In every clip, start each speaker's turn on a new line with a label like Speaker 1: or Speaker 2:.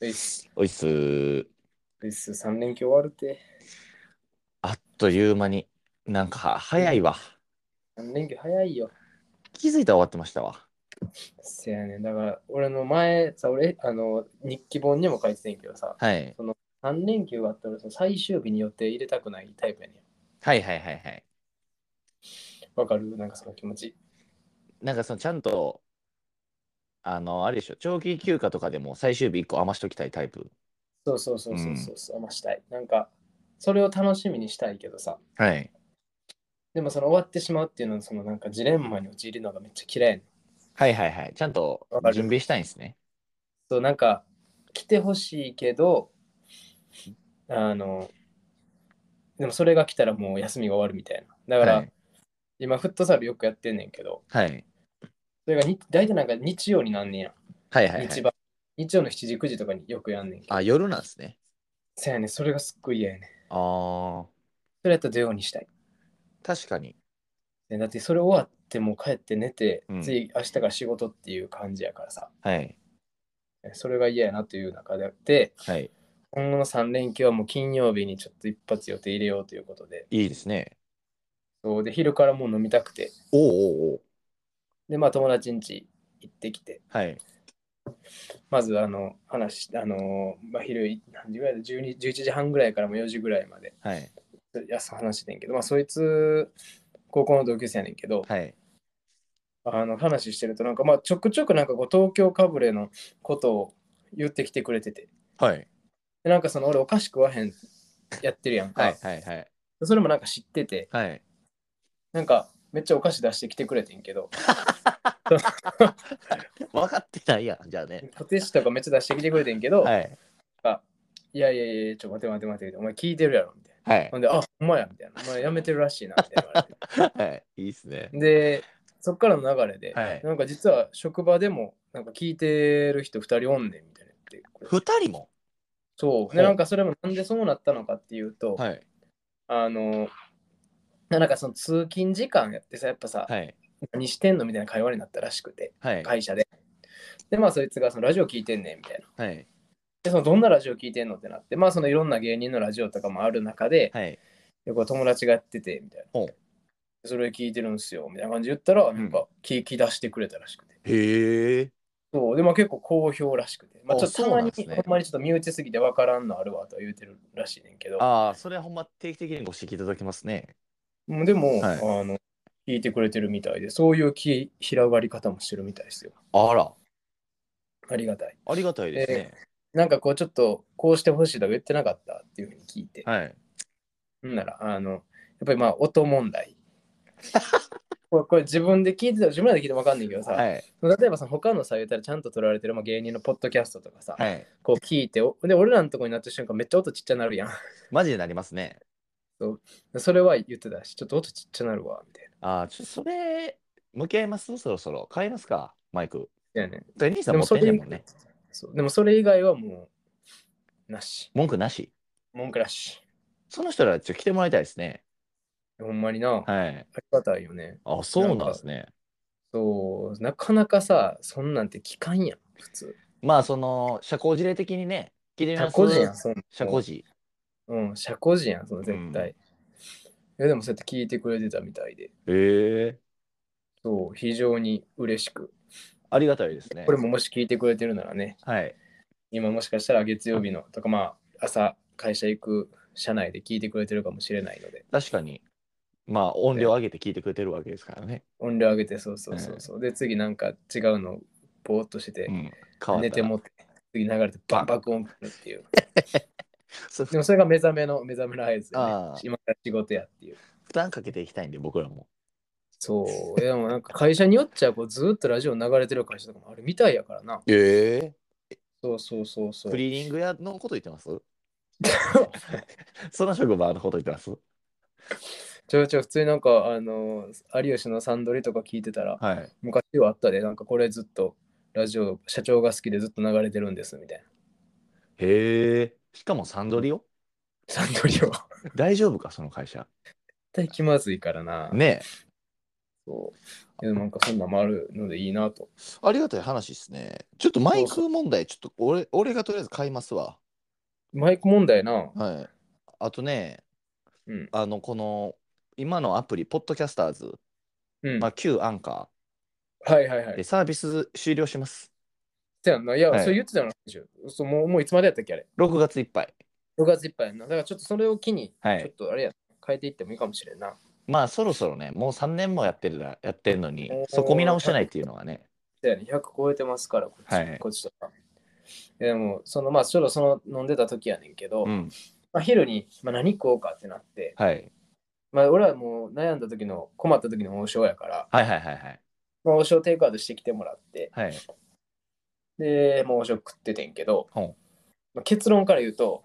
Speaker 1: ういっす。
Speaker 2: おいっすー。
Speaker 1: ういっす。3連休終わるって。
Speaker 2: あっという間に、なんかは早いわ。
Speaker 1: 3連休早いよ。
Speaker 2: 気づいたら終わってましたわ。
Speaker 1: せやねん。だから、俺の前さ、俺、あの、日記本にも書いてたんやけどさ、
Speaker 2: はい。
Speaker 1: 3連休があったらさ最終日に予定入れたくないタイプやね
Speaker 2: はいはいはいはい。
Speaker 1: ん。わかるなんかその気持ち。
Speaker 2: なんかそのちゃんと、あの、あれでしょ、長期休暇とかでも最終日1個余しときたいタイプ。
Speaker 1: そうそうそうそうそうそう、まあしたい。なんか、それを楽しみにしたいけどさ、
Speaker 2: はい。
Speaker 1: でもその終わってしまうっていうのは、そのなんかジレンマに陥るのがめっちゃ嫌いやねん。
Speaker 2: はいはいはい。ちゃんと
Speaker 1: わかる
Speaker 2: 準備したいんですね。
Speaker 1: そう、なんか、来てほしいけど、あの、でもそれが来たらもう休みが終わるみたいな。だから、
Speaker 2: はい。
Speaker 1: 今、フットサルよくやってんねんけど、
Speaker 2: はい。
Speaker 1: それがに大体なんか日曜になんねんやん。
Speaker 2: はいはい、は
Speaker 1: 日
Speaker 2: い。
Speaker 1: 番日曜の7時、9時とかによくやんねんけど。
Speaker 2: あ、夜なんですね。
Speaker 1: せやねん、それがすっごい嫌やねん。
Speaker 2: ああ、
Speaker 1: それやったら土曜にしたい。
Speaker 2: 確かに。
Speaker 1: ねだってそれ終わってもう帰って寝て、
Speaker 2: うん
Speaker 1: 次明日から仕事っていう感じやからさ、
Speaker 2: はい。
Speaker 1: それが嫌やなという中であって、
Speaker 2: はい。
Speaker 1: 今後の3連休はもう金曜日にちょっと一発予定入れようということで、
Speaker 2: いいですね。
Speaker 1: そうで昼からもう飲みたくて、
Speaker 2: おうおうおう。
Speaker 1: で、まあ友達ん家行ってきて、
Speaker 2: はい。
Speaker 1: まずあの話し、あのーまあ、昼い何時ぐらいだ12 ?11 時半ぐらいからも4時ぐらいまで、
Speaker 2: はい。
Speaker 1: いやそう話してんけど、まあそいつ、高校の同級生やねんけど、
Speaker 2: はい。
Speaker 1: あの話してるとなんかまあちょくちょくなんかこう東京かぶれのことを言ってきてくれてて、
Speaker 2: はい。
Speaker 1: でなんかその俺お菓子食わへんやってるやんか、
Speaker 2: はい。はい。はい。
Speaker 1: それもなんか知ってて
Speaker 2: はい。
Speaker 1: なんかめっちゃお菓子出してきてくれてんけど
Speaker 2: 分かってないやん、じゃあね。
Speaker 1: ポテチとかめっちゃ出してきてくれてんけど、い、
Speaker 2: はい。
Speaker 1: やいやいやちょ待て待て待てお前聞いてるやろみたいな
Speaker 2: はい
Speaker 1: ほ。んであほんまやみたいなお前やめてるらしいなみたいな言われ
Speaker 2: はい。いいですね。
Speaker 1: てでそっからの流れで、
Speaker 2: はい
Speaker 1: なんか実は職場でもなんか聞いてる人2人おんねんみたいな言ってくれて
Speaker 2: 二人も
Speaker 1: そう
Speaker 2: ほ
Speaker 1: で
Speaker 2: う
Speaker 1: なんかそれもなんでそうなったのかっていうと、
Speaker 2: はい。
Speaker 1: あのなんかその通勤時間やってさやっぱさ、
Speaker 2: はい。
Speaker 1: 何してんのみたいな会話になったらしくて
Speaker 2: はい。
Speaker 1: 会社で。で、まあ、そいつがそのラジオ聞いてんねんみたいな。
Speaker 2: はい。
Speaker 1: で、そのどんなラジオ聞いてんのってなって、まあ、そのいろんな芸人のラジオとかもある中で、
Speaker 2: はい。
Speaker 1: でこう友達がやってて、みたい
Speaker 2: ほ
Speaker 1: な
Speaker 2: う。
Speaker 1: それ聞いてるんすよ、みたいな感じで言ったら、なんか聞き出してくれたらしくて。
Speaker 2: へえ。
Speaker 1: そう、でも結構好評らしくて。まあ、
Speaker 2: あ
Speaker 1: ちょっとたまに、
Speaker 2: そうなんですね
Speaker 1: ほんまにちょっと身内すぎてわからんのあるわとは言うてるらしいねんけど、
Speaker 2: ああ、それはほんま定期的にご指摘いただきますね。
Speaker 1: もうでも、
Speaker 2: はい
Speaker 1: あの、聞いてくれてるみたいで、そういうき広がり方もしてるみたいですよ。
Speaker 2: あら、
Speaker 1: ありがたい。
Speaker 2: ありがたいですね。
Speaker 1: なんかこう、ちょっとこうしてほしいとか言ってなかったっていうふうに聞いて。
Speaker 2: はい。
Speaker 1: ほんなら、あの、やっぱりまあ、音 問題。これこれ自分で聞いてたら自分らで聞いても分かんないけどさ、
Speaker 2: はい。
Speaker 1: 例えばさ、他のさ、言うたらちゃんと取られてる、まあ、芸人のポッドキャストとかさ、
Speaker 2: はい。
Speaker 1: こう聞いて、おで、俺らのとこになった瞬間めっちゃ音ちっちゃなるやん。
Speaker 2: マジになりますね。
Speaker 1: それは言ってたし、ちょっと音ちっちゃなるわ、みたい
Speaker 2: ああ、ちょ、それ、向き合いますそろそろ。変えますかマイク。
Speaker 1: な。いやね。
Speaker 2: で兄さ
Speaker 1: で
Speaker 2: ん持
Speaker 1: も
Speaker 2: ってん
Speaker 1: そ
Speaker 2: ね
Speaker 1: れ
Speaker 2: んもんね。
Speaker 1: そうでもそれ以外はもう、なし。
Speaker 2: 文句なし。
Speaker 1: 文句らし。
Speaker 2: その人ら、ちょ、来てもらいたいですね。
Speaker 1: ほんまにな、あ
Speaker 2: はい。
Speaker 1: りがたいよね。
Speaker 2: あ、そうなんですね。
Speaker 1: そう、なかなかさ、そんなんて聞かんやん、普通。
Speaker 2: まあ、その、社交辞令的にね、聞いてみ
Speaker 1: 社
Speaker 2: ます
Speaker 1: 交辞やん、そんなん
Speaker 2: 社交辞。
Speaker 1: うん、社交辞やん、その絶対。いや、でもそうやって聞いてくれてたみたいで、
Speaker 2: へえ。
Speaker 1: そう、非常に嬉しく。
Speaker 2: ありがたいですね。
Speaker 1: これももし聞いてくれてるならね、
Speaker 2: はい。
Speaker 1: 今もしかしたら月曜日のとか、まあ、朝会社行く社内で聞いてくれてるかもしれないので、
Speaker 2: 確かに。まあ、音量上げて聞いてくれてるわけですからね。
Speaker 1: 音量上げて、そうそうそうそう。で、次なんか違うの、ぼーっとしてて
Speaker 2: う、ん。変わ
Speaker 1: 寝てもって、次流れてバン爆音来るっていう。
Speaker 2: そう
Speaker 1: でもそれが目覚めの、目覚めの合図で、ね
Speaker 2: ああ、
Speaker 1: 今から仕事やっていう。
Speaker 2: 負担かけていきたいんで、僕らも。
Speaker 1: そう、でもなんか会社によっちゃこうずーっとラジオ流れてる会社とかもあるみたいやからな。
Speaker 2: え
Speaker 1: そうそうそうそう
Speaker 2: ク。リーニング屋のこと言ってます その職場のこと言ってます
Speaker 1: ちょいちょい普通になんか、あの有吉のサンドリとか聞いてたら、
Speaker 2: はい。
Speaker 1: 昔はあったで、なんかこれずっとラジオ、社長が好きでずっと流れてるんですみたいな。
Speaker 2: へえ。しかもサンドリよ。
Speaker 1: サンドリは。絶
Speaker 2: 大丈夫か、その会社。
Speaker 1: 対気まずいからな。
Speaker 2: ね
Speaker 1: そう。でもなんかそんなんもあるのでいいなと。
Speaker 2: ありがたい話ですね。ちょっとマイク問題、ちょっと俺俺がとりあえず買いますわ。
Speaker 1: マイク問題な。
Speaker 2: はい。あとね、
Speaker 1: うん
Speaker 2: あの、この、今のアプリ、ポッドキャスターズ、
Speaker 1: うん。
Speaker 2: ま
Speaker 1: は
Speaker 2: あ、旧アンカ
Speaker 1: いはいは
Speaker 2: ーで
Speaker 1: い。
Speaker 2: サービス終了します。
Speaker 1: てやんな。いや、
Speaker 2: はい
Speaker 1: それ言ってたのそうもう。もういつまでやったっけあれ。
Speaker 2: 6月いっぱい。
Speaker 1: 6月いっぱいやんな。だからちょっとそれを機に、
Speaker 2: はい
Speaker 1: ちょっとあれや、変えていってもいいかもしれんな。
Speaker 2: まあ、そろそろね、もう3年もやってるらやってるのに
Speaker 1: おー、
Speaker 2: そこ見直してないっていうのはね。
Speaker 1: だよね、100超えてますから、こっち,、
Speaker 2: はい
Speaker 1: こっちとか。でも、そのまあ、ちょうどその飲んでた時やねんけど、
Speaker 2: うん。
Speaker 1: まあ、昼に、まあ、何食おうかってなって、
Speaker 2: はい。
Speaker 1: まあ、俺はもう悩んだ時の、困った時の王将やから、
Speaker 2: はいはいはいはい。
Speaker 1: まあ、王将テイクアウトしてきてもらって、
Speaker 2: はい。
Speaker 1: で、もう王将食っててんけど、
Speaker 2: ほん
Speaker 1: まあ、結論から言うと、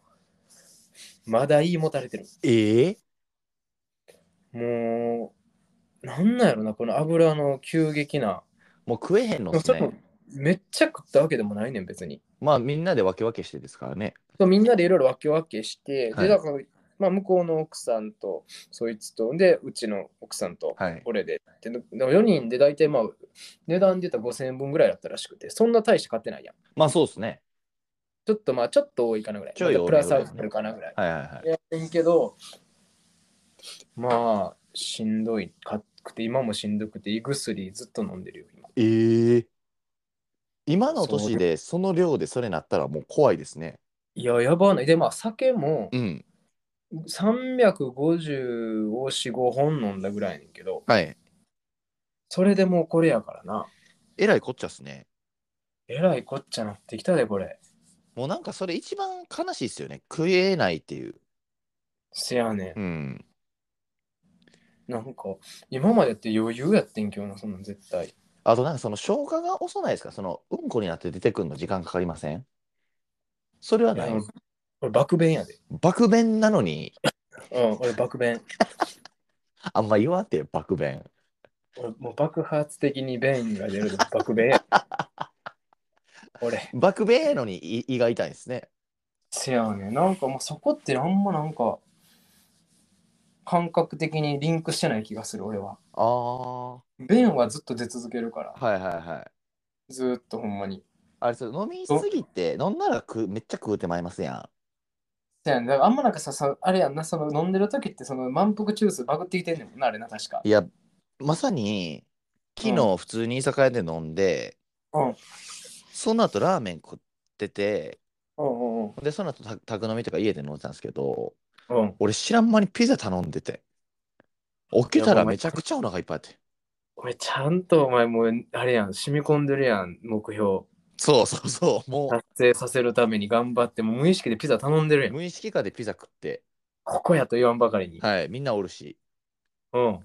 Speaker 1: まだ言いもたれてる。
Speaker 2: ええ
Speaker 1: もう、なんなんやろな、この油の急激な。
Speaker 2: もう食えへんのっす
Speaker 1: それも
Speaker 2: ね。
Speaker 1: めっちゃ食ったわけでもないねん、別に。
Speaker 2: まあ、みんなで分け分けしてですからね。
Speaker 1: そうみんなでいろいろ分け分けして、
Speaker 2: はい
Speaker 1: でだから、まあ、向こうの奥さんとそいつとでうちの奥さんと
Speaker 2: はい。
Speaker 1: 俺で,、ででも4人で大体まあ値段で言ったら5000円分ぐらいだったらしくてそんな大して買ってないやん
Speaker 2: まあ、そうですね。
Speaker 1: ちょっとまあちょっと多いかなぐらい
Speaker 2: ちょい多め
Speaker 1: プラス
Speaker 2: ぐら
Speaker 1: ア
Speaker 2: いで
Speaker 1: ル
Speaker 2: す
Speaker 1: フ
Speaker 2: ね
Speaker 1: ァかなぐらい
Speaker 2: はいはいはい。
Speaker 1: やってんけどまあしんどいかくて今もしんどくて胃薬ずっと飲んでるよ今
Speaker 2: ええ今の
Speaker 1: そう
Speaker 2: 年でその量でそれなったらもう怖いですね。
Speaker 1: いややばないでまあ酒も
Speaker 2: うん。
Speaker 1: 350を45本飲んだぐらいやねんけど
Speaker 2: はい。
Speaker 1: それでもうこれやからな
Speaker 2: えらいこっちゃっすね。
Speaker 1: えらいこっちゃなってきたで、これ。
Speaker 2: もうなんかそれ一番悲しいですよね。食えないっていう。
Speaker 1: せやね
Speaker 2: うん。
Speaker 1: ん。なんか、今までって余裕やってんけどな、そんなん絶対。
Speaker 2: あとなんかその消化が遅ないですかそのうんこになって出てくるの時間かかりませんそれはない
Speaker 1: いや。俺、爆弁やで。
Speaker 2: 爆弁なのに、
Speaker 1: うん、俺、爆弁。
Speaker 2: あんま言わんて爆弁。
Speaker 1: 俺、もう爆発的に弁が出る。爆弁 や。俺、
Speaker 2: 爆弁やのにい胃が痛いですね。
Speaker 1: せやねん。なんかもうそこってあんまなんか、感覚的にリンクしてない気がする、俺は。
Speaker 2: ああ。は
Speaker 1: 弁はずっと出続けるから
Speaker 2: い、はいはい。
Speaker 1: ずーっとほんまに。
Speaker 2: あれそれ飲みすぎて飲んだら食うめっちゃ食うてまいりますやん。
Speaker 1: せやねん。だからあんまなんかさ、さあれやんな、その飲んでる時って、その満腹中枢バグってきてんねんもんな、あれな、確か。
Speaker 2: いや、まさに、昨日普通に居酒屋で飲んで、
Speaker 1: うん。
Speaker 2: その後ラーメン食ってて、
Speaker 1: うんうんうん。
Speaker 2: で、その後た宅飲みとか家で飲んでたんですけど、
Speaker 1: うん。
Speaker 2: 俺知らん間にピザ頼んでて、起きたらめちゃくちゃお腹いっぱいあって。
Speaker 1: 俺ちゃんとお前もうあれやん染み込んでるやん目標
Speaker 2: そうそうそう、 も
Speaker 1: 達成させるために頑張ってもう無意識でピザ頼んでる
Speaker 2: う
Speaker 1: やん
Speaker 2: 無意識化でピザ食って、
Speaker 1: ここやと言わんばかりに、
Speaker 2: はい、みんなおるし、
Speaker 1: うん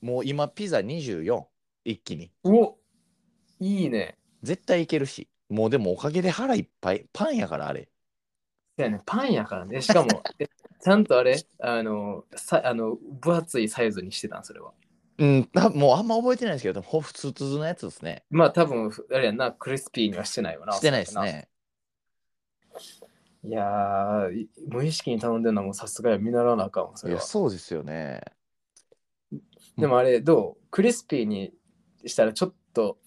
Speaker 2: もう今ピザ24、一気に。
Speaker 1: うおいいね
Speaker 2: 絶対いけるし、もうでもおかげで腹いっぱい、パンやからあれ。
Speaker 1: そうやねパンやからねしか もえちゃんとあれあのさあの分厚いサイズにしてたんそれは
Speaker 2: うん、たもうあんま覚えてないんですけど、ほ普通のやつですね。
Speaker 1: まあ多分あれやんなクリスピーにはしてないよな
Speaker 2: してないですね。
Speaker 1: いやーい無意識に頼んでるのはもうさすがや見習わなあかんわそ
Speaker 2: い
Speaker 1: れ
Speaker 2: や、
Speaker 1: は
Speaker 2: そうですよね。
Speaker 1: でもあれどうクリスピーにしたらちょっと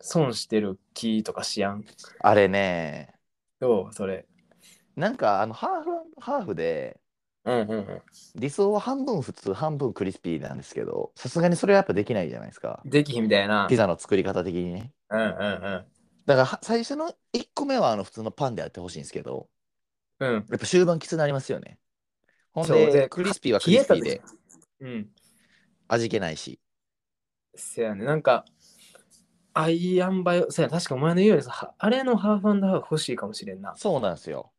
Speaker 1: 損してる気とかしやん
Speaker 2: あれね、
Speaker 1: どうそれ
Speaker 2: なんかあのハーフハーフで
Speaker 1: うんうんうん。
Speaker 2: 理想は半分普通半分クリスピーなんですけど、さすがにそれはやっぱできないじゃないですか。
Speaker 1: できひんみたいな。
Speaker 2: ピザの作り方的にね。
Speaker 1: うんうん
Speaker 2: だからは最初の1個目はあの普通のパンでやってほしいんですけど、
Speaker 1: うん。うん。
Speaker 2: やっぱ終盤きつくなりますよね。ほん
Speaker 1: そう
Speaker 2: で
Speaker 1: で
Speaker 2: クリスピーはクリ
Speaker 1: 消え
Speaker 2: スピーで
Speaker 1: たで。うん。
Speaker 2: 味気ないし。
Speaker 1: せやね。なんか、アイアンバイオ、せや、確かお前の言うようにさ、はあれのハーフハーフ欲しいかもしれんな。
Speaker 2: そうなんですよ。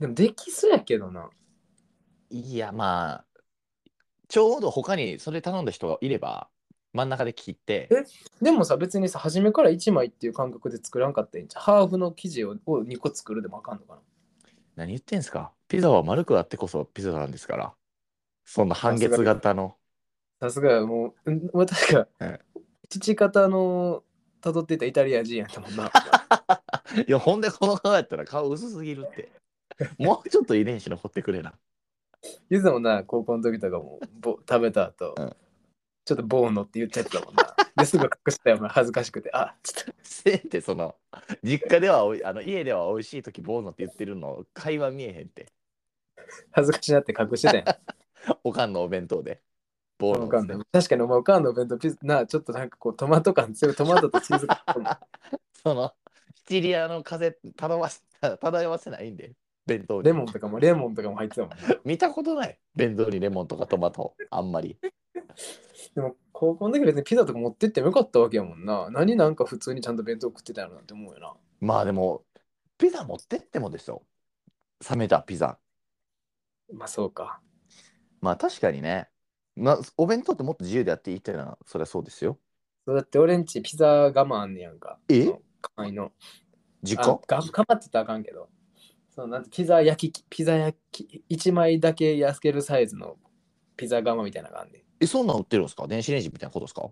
Speaker 1: でもできそうやけどな。
Speaker 2: いやまあちょうど他にそれ頼んだ人がいれば真ん中で切って
Speaker 1: えでもさ、別にさ、初めから1枚っていう感覚で作らんかったらいいんちゃうハーフの生地をを2個作るでもあかんのかな。
Speaker 2: 何言ってんすかピザは丸くあってこそピザなんですから。そんな半月型の。
Speaker 1: さすが、もう、うん俺確か
Speaker 2: はい、
Speaker 1: 父方の辿ってたイタリア人やったもんな。
Speaker 2: いや、ほんでこの顔やったら顔薄すぎるって。もうちょっと遺伝子残ってくれな。
Speaker 1: いつもな、高校の時とかもぼ食べた後、ちょっとボーノって言っちゃってたもんな。ですぐ隠したよ、お前恥ずかしくて。あ、ちょっと。
Speaker 2: せんってその実家ではおいあの家では美味しい時ボーノって言ってるの会話見えへんって
Speaker 1: 恥ずかしなって隠してたやん。
Speaker 2: おかんのお弁当でボーノ
Speaker 1: おかん
Speaker 2: で
Speaker 1: の確かにお前おかんのお弁当ピザなあちょっとなんかこうトマト感強いトマトとチーズ感
Speaker 2: そのシチリアの風漂 わせ漂わせないんで弁当に
Speaker 1: レモンと かもレモンとかも入ってたもん、
Speaker 2: 見たことない弁当にレモンとかトマトあんまり
Speaker 1: でも高校の時別にピザとか持ってってもよかったわけやもんな何なんか普通にちゃんと弁当食ってたよなって思うよな
Speaker 2: まあでもピザ持ってってもですよ冷めたピザ
Speaker 1: まあそうか
Speaker 2: まあ確かにね、まあ、お弁当ってもっと自由でやっていいってのはそりゃそうですよ
Speaker 1: そうだって俺んちピザ我慢あんねやんか
Speaker 2: え
Speaker 1: その簡易の
Speaker 2: 実
Speaker 1: あ
Speaker 2: 家
Speaker 1: が頑張ってたらあかんけどそのなんてピザ焼きピザ焼き1枚だけ焼けるサイズのピザ我慢みたいなのがあんねん
Speaker 2: えそんなん売ってるんですか電子レンジみたいなことですか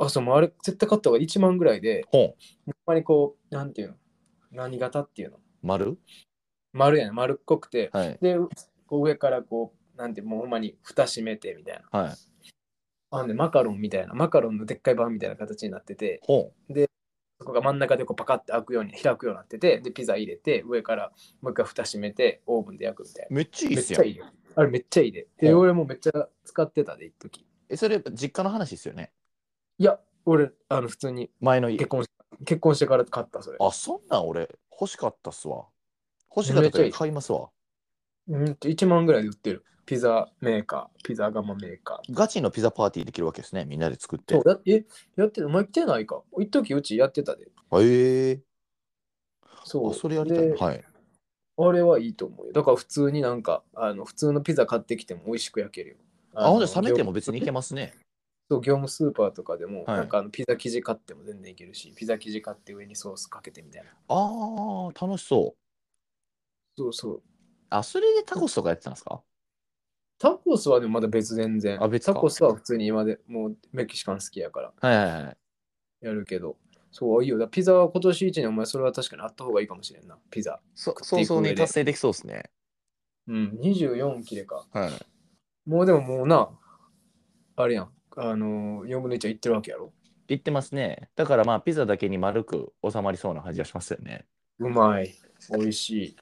Speaker 1: あそうもうあれ絶対買った方が1万ぐらいで
Speaker 2: 本
Speaker 1: ほんまにこうなんていうの何型っていうの
Speaker 2: 丸
Speaker 1: 丸やね丸っこくて
Speaker 2: はい
Speaker 1: でこう上からこうなんてもうほんまに蓋閉めてみたいな
Speaker 2: はい
Speaker 1: あんでマカロンみたいなマカロンのでっかい版みたいな形になってて
Speaker 2: 本
Speaker 1: そこが真ん中でこうパカッて開くように開くようになっててでピザ入れて上からもう一回蓋閉めてオーブンで焼くみたいな
Speaker 2: めっちゃいい
Speaker 1: め
Speaker 2: っ
Speaker 1: っ
Speaker 2: す
Speaker 1: ちゃ
Speaker 2: よ
Speaker 1: いいよあれめっちゃいいでで
Speaker 2: ほう
Speaker 1: 俺もめっちゃ使ってたで一時
Speaker 2: えそれやっぱ実家の話ですよね
Speaker 1: いや俺あの普通に
Speaker 2: 前の家
Speaker 1: 結婚し結婚してから買ったそれ
Speaker 2: あそんなん俺欲しかったっすわ欲しかった
Speaker 1: めっちゃい
Speaker 2: 時
Speaker 1: い
Speaker 2: 買いますわ
Speaker 1: うんと1万ぐらいで売ってるピザメーカーピザ窯メーカー
Speaker 2: ガチのピザパーティーできるわけですねみんなで作って
Speaker 1: そうやえやってるお前来てないか一時うちやってたで
Speaker 2: へえ
Speaker 1: そう
Speaker 2: あそれやりたいな
Speaker 1: で
Speaker 2: はい
Speaker 1: あれはいいと思うよ。だから普通になんか、あの普通のピザ買ってきても美味しく焼けるよ。
Speaker 2: あほん
Speaker 1: の
Speaker 2: で冷めても別にいけますね
Speaker 1: 業務そう業務スーパーとかでも、
Speaker 2: はい
Speaker 1: なんかあのピザ生地買っても全然いけるし、ピザ生地買って上にソースかけてみたいな。
Speaker 2: あー楽しそう
Speaker 1: そうそう。
Speaker 2: あそれでタコスとかやってたんですか
Speaker 1: タコスはでもまだ別全然。
Speaker 2: あ別か
Speaker 1: タコスは普通に今でもうメキシカン好きやから
Speaker 2: はいはいはい
Speaker 1: やるけど。そういいよ。だからピザは今年一年お前それは確かにあった方がいいかもしれんな。ピザ。
Speaker 2: そ
Speaker 1: 食って
Speaker 2: 早
Speaker 1: いく上で
Speaker 2: 々に達成できそうですね
Speaker 1: うん。24切れか。
Speaker 2: はい
Speaker 1: もうでももうな、あれやん。あのー、4分の1はいってるわけやろ。
Speaker 2: 言ってますねだからまあピザだけに丸く収まりそうな感じがしますよね
Speaker 1: うまい。美味しい。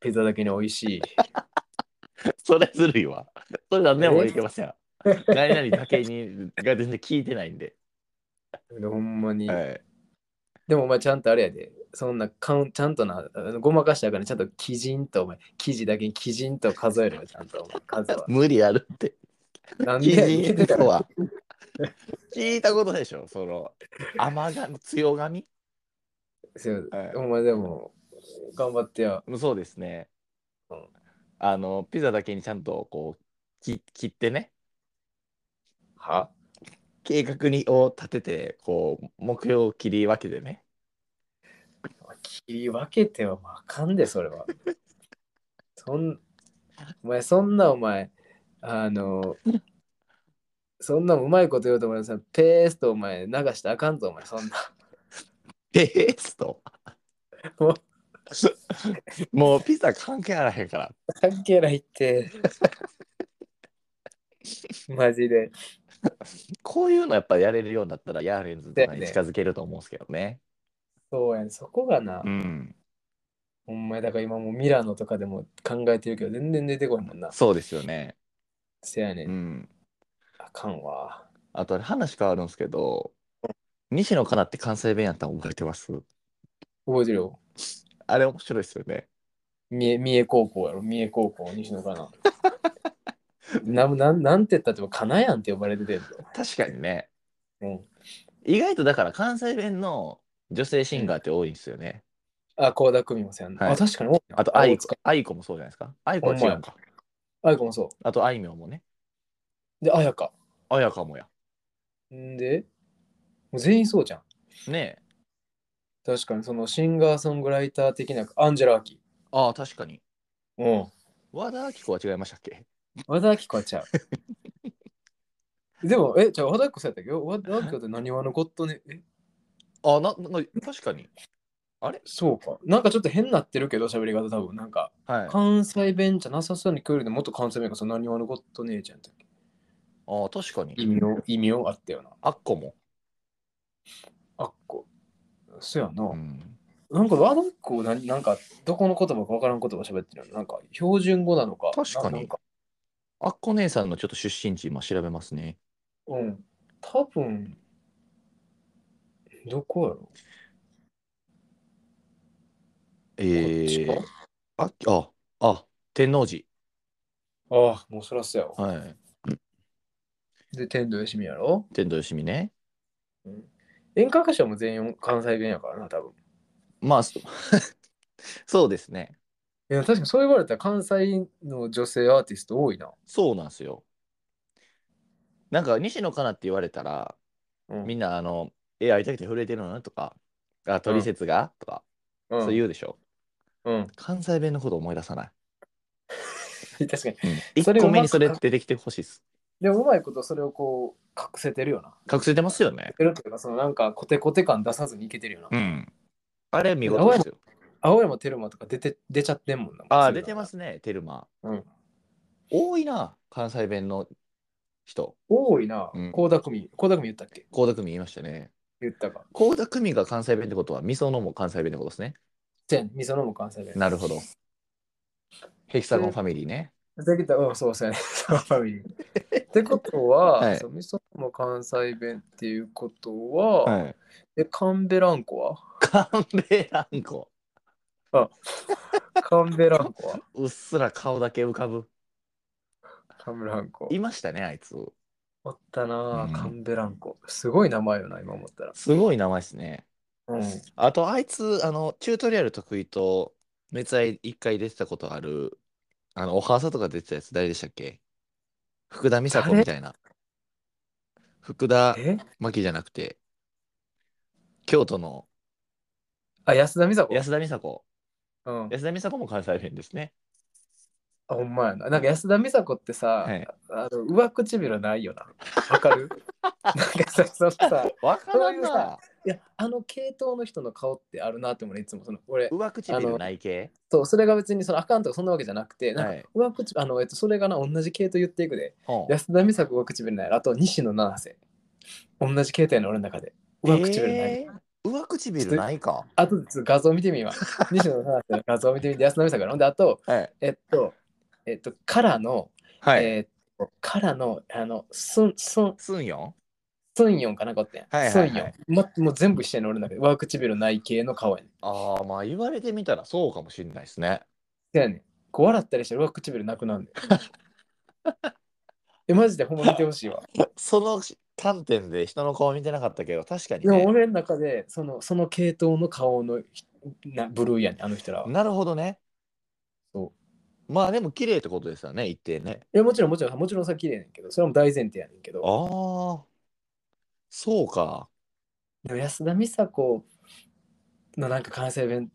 Speaker 1: ピザだけに美味しい。
Speaker 2: それずるいわそれ何でもいけません何々だけにが全然聞いてないんで、
Speaker 1: ほんまに。
Speaker 2: はい、
Speaker 1: でもお前ちゃんとあれやで。そんなカウンちゃんとな、あのごまかしたからちゃんと基人とお前、記事だけに基人と数えるよ、ちゃんとお前数は。
Speaker 2: 無理あるって
Speaker 1: なんでや
Speaker 2: 聞
Speaker 1: ね
Speaker 2: い
Speaker 1: ん
Speaker 2: たは聞いたことないでしょその甘がみ強がみ
Speaker 1: そう
Speaker 2: はい
Speaker 1: お前でも、頑張ってよ。
Speaker 2: そうですね、
Speaker 1: うん
Speaker 2: あのピザだけにちゃんとこうき切ってね
Speaker 1: は
Speaker 2: 計画にを立ててこう目標を切り分けてね
Speaker 1: 切り分けてはあかんで、それは。そん、お前そんなお前、あの、そんなうまいこと言うとお前さ、ペーストお前流してあかんぞ、お前そんな。
Speaker 2: ペースト
Speaker 1: もう
Speaker 2: もうピザ関係あらへんから
Speaker 1: 関係ないって。マジで。
Speaker 2: こういうのやっぱやれるようになったらヤーレンズとかに近づけると思うんですけどね
Speaker 1: そうやん、そこがな
Speaker 2: う。ん
Speaker 1: ほんまやだから今もうミラノとかでも考えてるけど、全然出てこいもんな。
Speaker 2: そうですよね
Speaker 1: せやね。
Speaker 2: うんん
Speaker 1: あかんわ。
Speaker 2: あとあれ話変わるんですけど西野カナって関西弁やったの覚えてます
Speaker 1: 覚えてるよ。
Speaker 2: あれ面白いですよね
Speaker 1: 三重三重高校やろ、三重高校、西野かな。ななんなんて言ったっても、かなやんって呼ばれててんぞ。
Speaker 2: 確かにね
Speaker 1: うん、
Speaker 2: 意外とだから関西弁の女性シンガーって多いんですよね。
Speaker 1: あ、倖田來未もせやんな、
Speaker 2: はい
Speaker 1: あ、確かに多いな。
Speaker 2: あと、あい
Speaker 1: つ
Speaker 2: こ、あいこもそうじゃないですか。あいこは違うか。
Speaker 1: あいこもそ
Speaker 2: あと、あいみょんもね。
Speaker 1: う。で、あやか。
Speaker 2: あやかもや。
Speaker 1: んで、もう全員そうじゃん。
Speaker 2: ねえ。
Speaker 1: 確かに、そのシンガーソングライター的な、アンジェラ・アキ。
Speaker 2: ああ、確かに。
Speaker 1: うん。
Speaker 2: 和田アキ子は違いましたっけ
Speaker 1: 和田アキ子はちゃう。でも、え、じゃあ和田アキ子そうやったっけど、和田アキ子って何話のゴッドね、え、
Speaker 2: ああ、な、な、確かに。
Speaker 1: そうか。なんかちょっと変になってるけど、喋り方多分。なんか、
Speaker 2: はい。
Speaker 1: 関西弁じゃなさそうに来るでもっと関西弁がその何話のゴッド姉ちゃんやったっけ
Speaker 2: ああ、確か
Speaker 1: 異
Speaker 2: に。
Speaker 1: 名、異名あったよな。
Speaker 2: あっこも。
Speaker 1: あっこ。そうやな。
Speaker 2: うん。
Speaker 1: なんかワノックを何なんかどこの言葉かわからん言葉喋ってるのなんか標準語なのか。
Speaker 2: 確かに
Speaker 1: ななんか
Speaker 2: あっこ姉さんのちょっと出身地、今調べますね。
Speaker 1: うん。多分、どこやろ
Speaker 2: ええ
Speaker 1: こっち
Speaker 2: あ、あ、あ、天王寺。
Speaker 1: ああ、もうそらそうやわ。
Speaker 2: はい。
Speaker 1: で、天童よしみやろ
Speaker 2: 天童よしみね。
Speaker 1: 演歌歌手はもう全員関西弁やからな、多分。
Speaker 2: まあ、そ そうですね。
Speaker 1: いや、確かにそう言われたら関西の女性アーティスト多いな。
Speaker 2: そうなんですよ。なんか、西野カナって言われたら、
Speaker 1: うん
Speaker 2: みんな、あの、え、会いたくて震えてるのなとか、あ、トリセツが、とか、
Speaker 1: うん、
Speaker 2: そう言うでしょ。
Speaker 1: うん。
Speaker 2: 関西弁のこと思い出さない。
Speaker 1: 確かに。
Speaker 2: 一
Speaker 1: それ
Speaker 2: 1個目に
Speaker 1: う
Speaker 2: そ
Speaker 1: まく
Speaker 2: れ出てきてほしいです。
Speaker 1: でもうまいことそれをこう隠せてるよな。
Speaker 2: 隠せてますよね。
Speaker 1: 隠せてるというか、そのなんかコテコテ感出さずにいけてるよな。
Speaker 2: うん。あれ見事ですよ。
Speaker 1: 青山テルマとか出て出ちゃってんもんな。。
Speaker 2: ああ、出てますすね、テルマ。
Speaker 1: うん
Speaker 2: 多いな、関西弁の人。
Speaker 1: 多いな
Speaker 2: うん。
Speaker 1: 高田組、高田組言ったっけ
Speaker 2: 高田組言いましたね。
Speaker 1: 言ったか。
Speaker 2: 高田組が関西弁ってことは、みそのも関西弁ってことですね。
Speaker 1: じゃあ、みそのも関西弁。
Speaker 2: なるほど。ヘキサゴンファミリーね。
Speaker 1: だけど、うん、そう そうやね。そのファミリー。ってことは、
Speaker 2: はい
Speaker 1: そうみそのも関西弁っていうことは、
Speaker 2: はい。
Speaker 1: え、カンベランコは
Speaker 2: カンベランコ。
Speaker 1: カンベランコ は
Speaker 2: うっすら顔だけ浮かぶ。
Speaker 1: カンベランコ。
Speaker 2: いましたね、あいつ。
Speaker 1: おったな、
Speaker 2: うん
Speaker 1: カンベランコ。すごい名前よな、今思ったら。
Speaker 2: すごい名前ですね。
Speaker 1: うん。
Speaker 2: あと、あいつ、あの、チュートリアル得意と、熱愛一回出てたことある、あの、おはさとか出てたやつ、誰でしたっけ福田美佐子みたいな。福田
Speaker 1: え
Speaker 2: 真紀じゃなくて、京都の
Speaker 1: あ、安田美佐子。
Speaker 2: 安田美佐子。
Speaker 1: うん、
Speaker 2: 安田美佐子も関西弁ですね。
Speaker 1: あほんまやな。なんか安田美佐子ってさ、
Speaker 2: はい
Speaker 1: あの上唇ないよな。わ かるなんかさ、そのさ、
Speaker 2: わから
Speaker 1: そうんいうさ
Speaker 2: な。
Speaker 1: いや、あの系統の人の顔ってあるなって思うね、いつもその、俺、
Speaker 2: 上
Speaker 1: あ
Speaker 2: 唇
Speaker 1: の
Speaker 2: ない系
Speaker 1: そう、それが別にそのあかんとかそんなわけじゃなくて、なんか、
Speaker 2: はい。
Speaker 1: 上唇、あの、えっと、それがな、同じ系統言っていくで、
Speaker 2: ほう
Speaker 1: 安田美佐子上唇ない、あと西野七瀬。同じ系統やの、俺の中で。上唇ない。
Speaker 2: えー上唇ないか。
Speaker 1: あとちょっと画像見てみよう。西野七瀬の画像見てみて、安田美佐子やろ。ほんで、あと、
Speaker 2: はい。
Speaker 1: えっと、えっと、カラーの、
Speaker 2: はい。
Speaker 1: えーっと、からの、あの、スン、スン、
Speaker 2: すんよ。
Speaker 1: スンヨンかなこってん。
Speaker 2: はいはいはい
Speaker 1: スンヨン。ま、もう全部してんの俺の中で。ワークチビル内系の顔やねん。
Speaker 2: ああ、まあ言われてみたらそうかもしれないですね。
Speaker 1: せやねん。こう笑ったりしてるワークチビルなくなん で。え、マジでほんま見てほしい わ。
Speaker 2: その観点で人の顔見てなかったけど、確かに
Speaker 1: でも
Speaker 2: ね。
Speaker 1: 俺の中で、その、その系統の顔のひな部類やねん、あの人らは。
Speaker 2: なるほどね。
Speaker 1: そ
Speaker 2: まあでも綺麗ってことですよね、一定ね。
Speaker 1: いや、もちろん、もちろん、もちろんさ、綺麗やねんけど、それも大前提やねんけど、
Speaker 2: ああ、そうか。
Speaker 1: でも安田美沙子のなんか関西弁、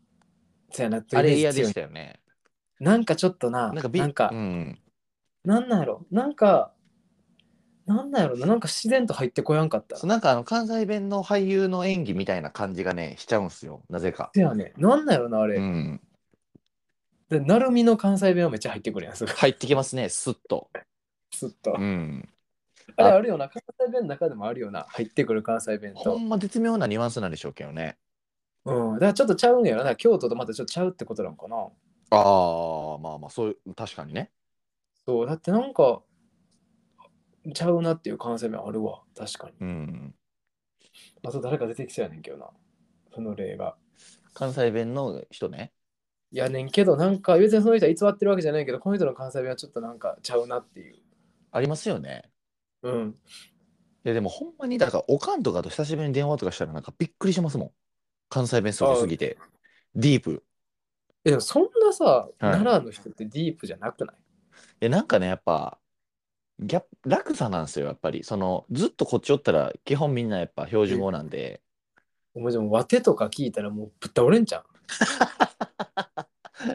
Speaker 1: せやなという
Speaker 2: あ
Speaker 1: イメー
Speaker 2: れ
Speaker 1: ジ
Speaker 2: 嫌で
Speaker 1: 強い
Speaker 2: したよね。
Speaker 1: なんかちょっとな、
Speaker 2: なんかビ
Speaker 1: なんか、
Speaker 2: うん。
Speaker 1: なんなんやろなんか、なんなんやろななんか自然と入ってこやんかったな。
Speaker 2: そうなんかあの関西弁の俳優の演技みたいな感じがね、しちゃうんすよ、なぜか。
Speaker 1: せやね。なんなんやろなあれ。
Speaker 2: うん。
Speaker 1: で、なるみの関西弁はめっちゃ入ってくるやん、すぐ。
Speaker 2: 入ってきますね、スッと。
Speaker 1: ずっと
Speaker 2: う。ん。
Speaker 1: あれあるよな。関西弁の中でもあるよな。入ってくる関西弁
Speaker 2: ほ
Speaker 1: と。
Speaker 2: んま絶妙なニュアンスなんでしょうけどね。
Speaker 1: うん。だからちょっとちゃうんやろな。京都とまたちょっとちゃうってことなんかな。
Speaker 2: ああ、まあまあ、そういう、確かにね。
Speaker 1: そう。だってなんか、ちゃうなっていう関西弁あるわ。確かに。
Speaker 2: うん。
Speaker 1: あと誰か出てきそうやねんけどな。その例が。
Speaker 2: 関西弁の人ね。
Speaker 1: いやねんけど、なんか、別にその人は偽ってるわけじゃないけど、この人の関西弁はちょっとなんかちゃうなっていう。
Speaker 2: ありますよね。
Speaker 1: うん。
Speaker 2: いやでもほんまにだからおかんとかと久しぶりに電話とかしたらなんかびっくりしますもん関西弁すごすぎてディープ
Speaker 1: え、でもそんなさ、奈良の人ってディープじゃなくない
Speaker 2: でなんかねやっぱギャップ落差なんですよやっぱりそのずっとこっちおったら基本みんなやっぱ標準語なんで
Speaker 1: お前でも、ワテとか聞いたらもうぶっ倒れんじゃん。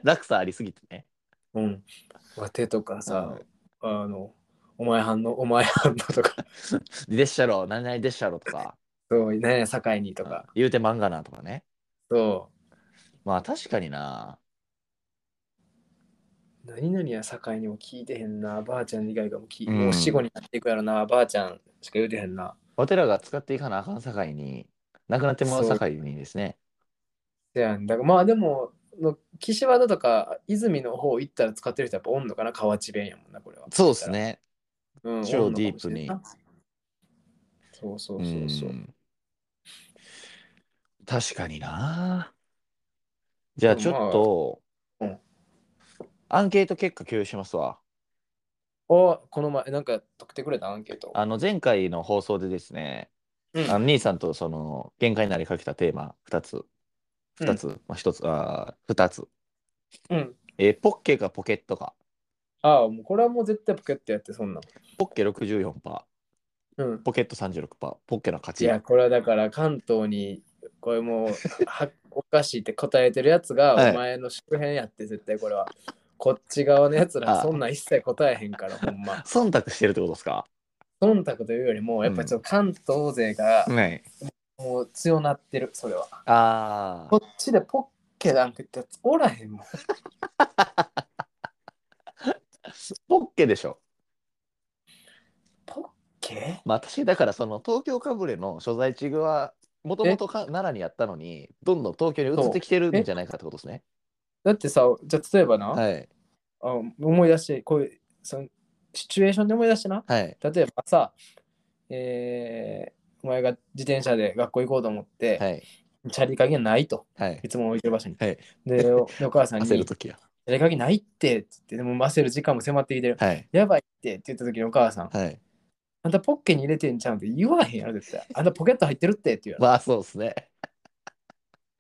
Speaker 2: 落差ありすぎてね
Speaker 1: うん。ワテとかさ
Speaker 2: うん、
Speaker 1: あの、お前はんの、お前はんのとか、
Speaker 2: でっしゃろ何々でっしゃろとか
Speaker 1: そう、ねえ、境にとか、
Speaker 2: 言うて漫画なとかね
Speaker 1: そ
Speaker 2: まあ確かにな
Speaker 1: 何々や境にも聞いてへんな、ばあちゃん以外がもう聞い、
Speaker 2: うん
Speaker 1: もう死後になっていくやろな、ばあちゃんしか言うてへんな。
Speaker 2: わてらが使っていかなあかん境に、なくなってもらう境にですね。
Speaker 1: せやん。だからまあでも、の岸和田とか泉の方行ったら使ってる人やっぱおんのかな、河内弁やもんな、これは。
Speaker 2: そうです。ね。
Speaker 1: うん、
Speaker 2: 超
Speaker 1: おんのかもしれんな
Speaker 2: ディー。
Speaker 1: そうそううそうそう。
Speaker 2: ん確かにな。じゃあちょっと、
Speaker 1: まあうん
Speaker 2: アンケート結果共有しますわ。
Speaker 1: おこの前、なんか解ってくれたアンケート。
Speaker 2: あの前回の放送でですね、
Speaker 1: うん
Speaker 2: あの兄さんとその限界になりかけたテーマ2つ、2つ、まあ1つ、あー2つ。
Speaker 1: うん。
Speaker 2: えーポッケかポケットか。
Speaker 1: ああ、もうこれはもう絶対ポケットやって、そんなん。
Speaker 2: ポッケ64%、
Speaker 1: うん。
Speaker 2: ポケット36%、ポッケの勝
Speaker 1: い
Speaker 2: ち。
Speaker 1: や、これはだから関東に、これ もう、はおかしいって答えてるやつが、
Speaker 2: はい
Speaker 1: お前の周辺やって、絶対これは。こっち側のやつ
Speaker 2: あ
Speaker 1: ら、
Speaker 2: あ
Speaker 1: そんなん一切答えへんから、ほんま。
Speaker 2: 忖度してるってことですか
Speaker 1: 忖度というよりも、やっぱりちょっと関東勢が、
Speaker 2: はい。
Speaker 1: もう強なってる、それは。
Speaker 2: あ
Speaker 1: こっちでポッケなんかってやつおらへんもん。
Speaker 2: あ、ポッケでしょ。
Speaker 1: ポッケ
Speaker 2: まあ私、だからその東京かぶれの所在地は、もともと奈良にあったのに、どんどん東京に移ってきてるんじゃないかってことですね。
Speaker 1: だってさ、じゃあ例えばな、
Speaker 2: はい。
Speaker 1: あ思い出して、こういう、その、シチュエーションで思い出してな。
Speaker 2: はい。
Speaker 1: 例えばさ、えー、お前が自転車で学校行こうと思って、
Speaker 2: はい。
Speaker 1: チャリ鍵がないと、
Speaker 2: はい
Speaker 1: い。つも置いてる場所に。
Speaker 2: はい
Speaker 1: で、 おでお母さんに、
Speaker 2: 焦る
Speaker 1: チ
Speaker 2: ときや。
Speaker 1: ャリ鍵ないってって言って、でも焦る時間も迫ってきてる。
Speaker 2: はい。
Speaker 1: やばいってって言った時にお母さん、
Speaker 2: はい。
Speaker 1: あんたポッケに入れてんちゃうんって言わへんやろ、絶対。あんたポケット入ってるってって言うやろ。
Speaker 2: まあそうですね。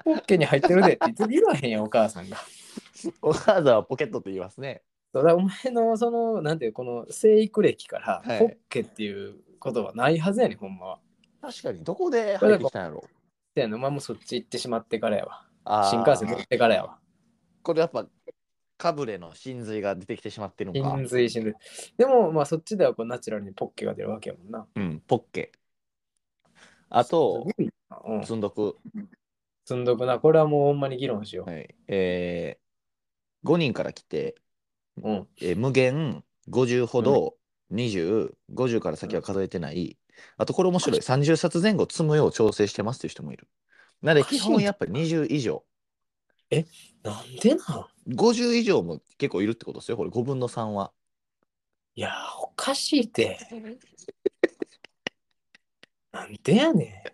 Speaker 1: ポッケに入ってるでって言って言わへんやん、お母さんが。
Speaker 2: お母さんはポケットって言いますね。
Speaker 1: そうだからお前のそのなんていうこの生育歴から
Speaker 2: はい
Speaker 1: ポッケっていうことはないはずやねんほんまは。
Speaker 2: 確かに、どこで入ってきたんやろ
Speaker 1: せやのお前もそっち行ってしまってからやわ。
Speaker 2: あー
Speaker 1: 新幹線乗ってからやわ。
Speaker 2: これやっぱ、かぶれの真髄が出てきてしまってるのか
Speaker 1: 真。髄死ぬ。でもまあそっちではこうナチュラルにポッケが出るわけやもんな。
Speaker 2: うん、ポッケ。あと、
Speaker 1: すごいな、うん、
Speaker 2: 積んどく。
Speaker 1: 積んどくな。これはもうほんまに議論しよう。
Speaker 2: はい。えー、5人から来て、
Speaker 1: うん。
Speaker 2: えー無限、50ほど、20、50から先は数えてない。あと、これ面白い。30冊前後積むよう調整してますという人もいる。なので、基本やっぱり20以上。
Speaker 1: なんでなん
Speaker 2: 50以上も結構いるってことですよ。これ5分の3は。
Speaker 1: いやーおかしい て。なんでやね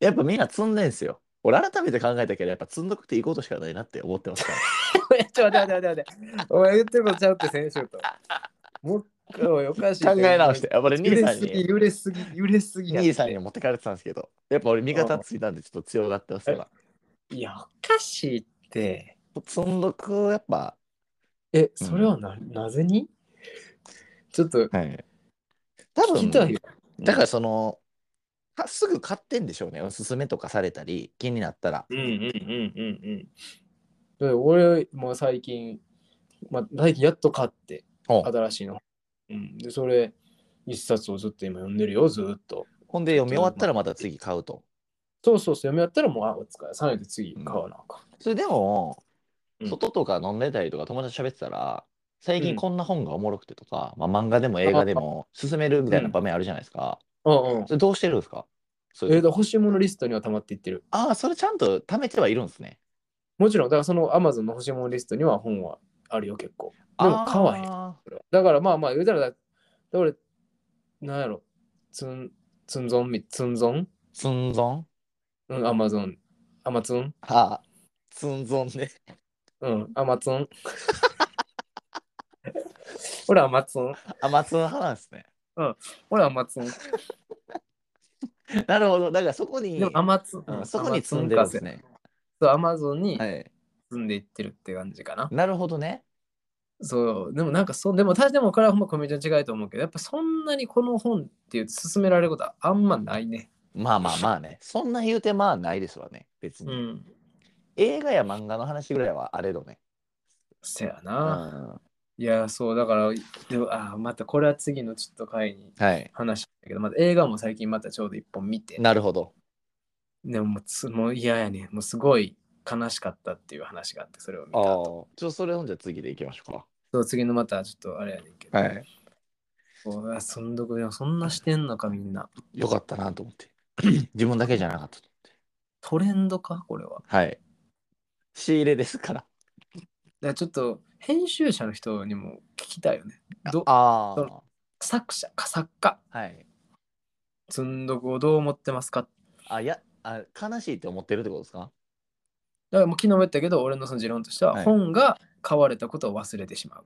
Speaker 2: やっぱみんな積んでんすよ。俺改めて考えたけど、やっぱ積んどくっていいことしかないなって思ってますから。
Speaker 1: ん。いやちょ待って待って待って待って。お前言ってることちゃうって先週と。もう一回おいおかしいて
Speaker 2: 考え直 して、やっぱり
Speaker 1: 揺
Speaker 2: 兄さ
Speaker 1: れ
Speaker 2: ん
Speaker 1: すぎ、
Speaker 2: に、
Speaker 1: 揺れすぎ、揺れすぎやって。
Speaker 2: 兄さんには持ってかれてたんですけど、やっぱ俺味方ついたんでちょっと強がってますから。
Speaker 1: いや、おかしいって。
Speaker 2: 積んどく、やっぱ、
Speaker 1: え、それはな、なぜにちょっと、
Speaker 2: はい。多
Speaker 1: 聞
Speaker 2: 分
Speaker 1: きたいよ。
Speaker 2: だからその、かすぐ買ってんでしょうね。おすすめとかされたり、気になったら。
Speaker 1: うんうんうんうんうん。だから俺も最近、まあ、最近やっと買って、
Speaker 2: ほん
Speaker 1: 新しいの。うん。で、それ、一冊をずっと今読んでるよ、ずっと。
Speaker 2: ほんで読み終わったらまた次買うと。
Speaker 1: そうそうそう、読みやったらもう、あ、お疲れ。さないで次買わなあか、
Speaker 2: それでも、
Speaker 1: うん
Speaker 2: 外とか飲んでたりとか友達と喋ってたら、最
Speaker 1: う
Speaker 2: 近
Speaker 1: ん
Speaker 2: こんな本がおもろくてとか、まあ、漫画でも映画でも勧めるみたいな場面あるじゃないですか。
Speaker 1: ん。うんうん。
Speaker 2: それどうしてるんですかそ
Speaker 1: え
Speaker 2: ういう
Speaker 1: ー、だから欲しいものリストには溜まっていってる。
Speaker 2: ああ、それちゃんと貯めてはいるんですね。
Speaker 1: もちろん、だからその Amazon の欲しいものリストには本はあるよ、結構。でも買わへん。
Speaker 2: あー
Speaker 1: だからまあまあ言うたらだ、だから俺、なんやろ、つん、つんぞんみ、つんぞん
Speaker 2: つんぞん
Speaker 1: うん、アマゾン。アマツン
Speaker 2: ああ、つんぞんね。
Speaker 1: うん、アマツン。俺アマツン。
Speaker 2: あ、まつん派なんですね。
Speaker 1: 俺アマツン。
Speaker 2: なるほど。だからそこに
Speaker 1: でも、アマツン。
Speaker 2: うんそこに積んでるんですね。
Speaker 1: そう、アマゾンに
Speaker 2: はい。
Speaker 1: 積んでいってるって感じかな。
Speaker 2: なるほどね。
Speaker 1: そう、でもなんかそう、でも確かにでもこれはほんまコミュニティの違いと思うけど、やっぱそんなにこの本っていう勧められることはあんまないね。
Speaker 2: まあまあまあね。そんな言うてまあないですわね。別に。
Speaker 1: ん。
Speaker 2: 映画や漫画の話ぐらいはあれどね。
Speaker 1: せや
Speaker 2: うん
Speaker 1: な。
Speaker 2: はい
Speaker 1: や、そう、だから、でもあーまたこれは次のちょっと回に
Speaker 2: い。
Speaker 1: 話したけど、また映画も最近またちょうど一本見て、
Speaker 2: なるほど。
Speaker 1: でももうつもう嫌やねんもうすごい悲しかったっていう話があって、それを見
Speaker 2: ああ。ち
Speaker 1: た後。
Speaker 2: ょっとそれほんじゃ次でいきましょ
Speaker 1: そう次のまたちょっとあれやねんけ
Speaker 2: う
Speaker 1: ど。
Speaker 2: か。はい。
Speaker 1: そうあそんどこでもそんなしてんのかみんな。
Speaker 2: よかったなと思って。 自分だけじゃなかったと思って。
Speaker 1: トレンドかこれは。
Speaker 2: はい。仕入れですから。
Speaker 1: だからちょっと編集者の人にも聞きたいよね。ど
Speaker 2: あ
Speaker 1: ど作者か作家、
Speaker 2: あ。はい。
Speaker 1: つんどこをどう思ってますかだか
Speaker 2: あ、いや、あ悲しいって思ってるってことですから
Speaker 1: もう昨日も言ったけど、俺のその持論としては、
Speaker 2: はい
Speaker 1: 本が買われたことを忘れてしまう。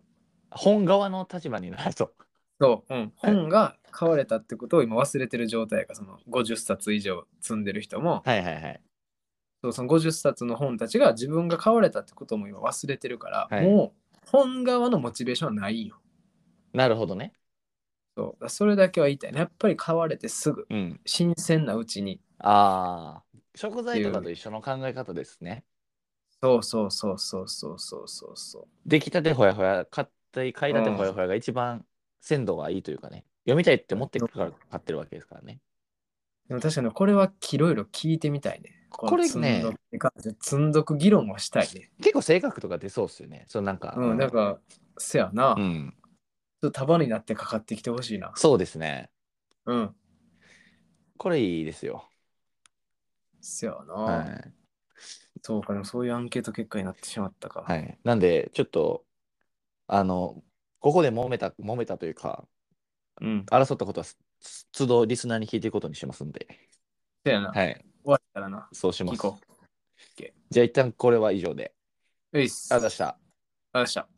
Speaker 2: 本側の立場になると。
Speaker 1: そう、うん、本が買われたってことを今忘れてる状態がその50冊以上積んでる人も、
Speaker 2: はいはいはい。
Speaker 1: そうその50冊の本たちが自分が買われたってことも今忘れてるから、
Speaker 2: はい
Speaker 1: もう本側のモチベーションはないよ。
Speaker 2: なるほどね。
Speaker 1: そうだからそれだけは言いたいね。やっぱり買われてすぐ、
Speaker 2: うん。
Speaker 1: 新鮮なうちに。
Speaker 2: ああ。食材とかと一緒の考え方ですね。
Speaker 1: そうそうそうそうそうそうそうそう。
Speaker 2: 出来たてほやほや、買って買いたてほやほやが一番鮮度がいいというかね。読みたいって思ってから買ってるわけですからね。
Speaker 1: でも確かにこれはいろいろ聞いてみたいね。
Speaker 2: これね
Speaker 1: の積んどくに関して積んどく議論をしたいね。
Speaker 2: 結構性格とか出そうっすよね。そのなんか。
Speaker 1: うん、なんか、せやな。
Speaker 2: う
Speaker 1: ちょっ
Speaker 2: ん。
Speaker 1: と束になってかかってきてほしいな。
Speaker 2: そうですね。
Speaker 1: うん。
Speaker 2: これいいですよ。
Speaker 1: せやな。
Speaker 2: はい。
Speaker 1: そうか、でもそういうアンケート結果になってしまったか。
Speaker 2: はい。なんで、ちょっと、あの、ここで揉めた、揉めたというか、
Speaker 1: うん。
Speaker 2: 争ったことは、つ都度リスナーに聞いていくことにしますんで。
Speaker 1: せやな。
Speaker 2: はい。
Speaker 1: 終わったらな。
Speaker 2: そうしま
Speaker 1: 聞
Speaker 2: す。
Speaker 1: こ
Speaker 2: じゃあ一旦これは以上で。
Speaker 1: う。ういっす。
Speaker 2: あ
Speaker 1: あ
Speaker 2: りがとうございました。
Speaker 1: りがとうございました。